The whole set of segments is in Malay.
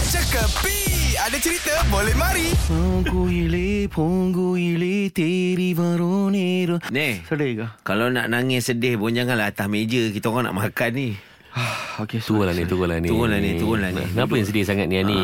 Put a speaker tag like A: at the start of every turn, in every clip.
A: Kepi Ada cerita boleh mari
B: ಪೊಂಗು ಇಳಿ ಪೊಂಗು ಇಳಿ ತೇರಿ ಬರೋ ನೀರು
C: Ni
B: Sedih ke?
C: Kalau nak nangis sedih pun Janganlah atas meja Kita orang nak makan ni
B: Okay, so
D: Turunlah ni, turunlah ni.
C: Turunlah ni, turunlah ni.
D: Kenapa yang sedih sangat ni Ani?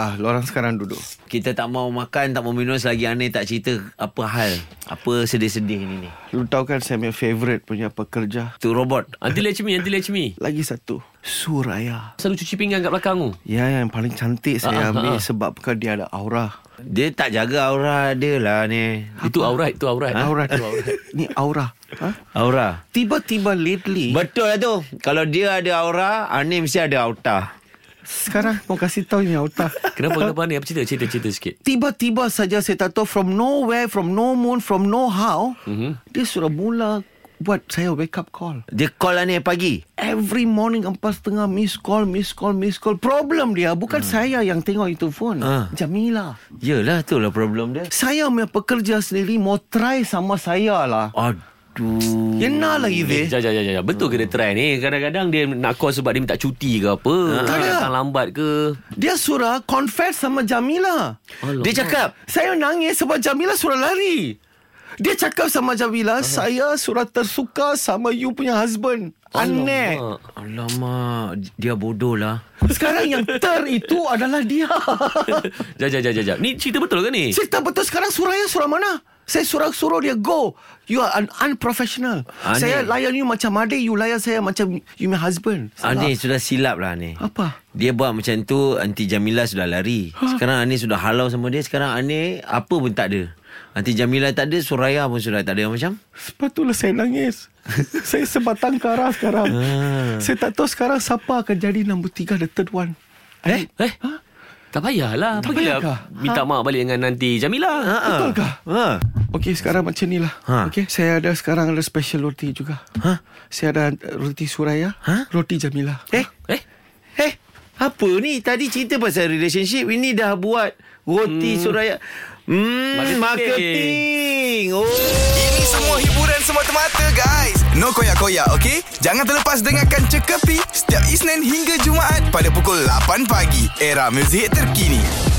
B: Ah, lu orang sekarang duduk.
C: Kita tak mau makan Tak mau minum Selagi Ani tak cerita Apa hal Apa sedih-sedih ni ni
B: Lu tahu kan saya punya favourite punya pekerja.
C: Tu robot
D: Anti Lechmi, Anti Lechmi.
B: Lagi satu, Suraya.
D: Selalu cuci pinggan kat belakang tu.
B: Ya, yang paling cantik
D: Ah, ah,
B: saya ambil
D: ah.
B: sebab kan dia ada aura.
C: Dia tak jaga aura dia lah ni
D: Itu aurat, itu aurat.
B: Aura tu aura. Ni aura. Ha?
C: Aura
B: Tiba-tiba lately
C: Betul lah tu Kalau dia ada aura Ani mesti ada auta
B: Sekarang kau kasih tahu ni aura
D: Kenapa, kenapa ni? Apa cerita? Cerita, cerita sikit.
B: Tiba-tiba saja saya tak tahu From nowhere From no moon From no how
D: Mhm.
B: Dia sudah mula Buat saya wake up call
C: Dia call lah ni pagi
B: Every morning empat setengah miss call, miss call, miss call. Problem dia bukan
D: Hmm.
B: saya yang tengok itu phone.
C: Ah.
B: Jamila.
C: Yelah tu lah problem dia
B: Saya punya pekerja sendiri mau try sama saya lah.
C: Aduh
B: Kena lagi
D: Oh. Eh,
B: deh.
D: jap, jap, jap, jap. Betul ke dia try ni? Kadang-kadang dia nak call sebab dia minta cuti ke apa.
B: Tak ada.
D: Datang lambat ke.
B: Dia suruh confess sama Jamila.
C: Dia cakap
B: Saya nangis sebab Jamila suruh lari. Dia cakap sama Jamila,
D: Ah.
B: saya suruh tersuka sama you punya husband. Aneh.
D: Alamak.
C: Alamak Dia bodoh lah
B: Sekarang yang ter itu adalah dia.
D: Jap, jap, jap, jap, jap. Ni cerita betul ke
C: Eh.
D: ni?
B: Cerita betul sekarang Suraya surah mana? Saya surah suruh dia go. You are an unprofessional.
C: Anil.
B: Saya layan you macam adik, you layan saya macam you my husband. Salah.
C: Ani sudah silap lah Ani
B: Apa?
C: Dia buat macam tu Aunty Jamila sudah lari Sekarang Ani sudah halau sama dia Sekarang Ani Apa pun tak ada Aunty Jamila tak ada Suraya pun sudah tak ada Macam
B: Sepatutlah saya nangis. saya sebatang kara sekarang.
C: Ah.
B: saya tak tahu sekarang siapa akan jadi nombor tiga, the third one. Eh?
D: Eh? Tak payahlah.
B: Tak
D: Pergilah
B: payahkah? Ah,
D: minta maaf balik dengan nanti Jamila.
C: Ha-ha.
B: Betul kah?
C: Ha.
B: Okey, sekarang macam ni lah.
C: Ha.
B: Okey, saya ada sekarang ada special roti juga.
C: Ha?
B: Saya ada roti Suraya,
C: Ha?
B: roti Jamila.
C: Eh
D: Eh?
C: Eh Apa ni Tadi cerita pasal relationship Ini dah buat Roti hmm. Suraya Hmm
D: Marketing.
C: Marketing Oh
A: Ini semua hiburan semata-mata guys No koyak-koyak ok Jangan terlepas dengarkan Cekapi Setiap Isnin hingga Jumaat Pada pukul 8 pagi Era muzik terkini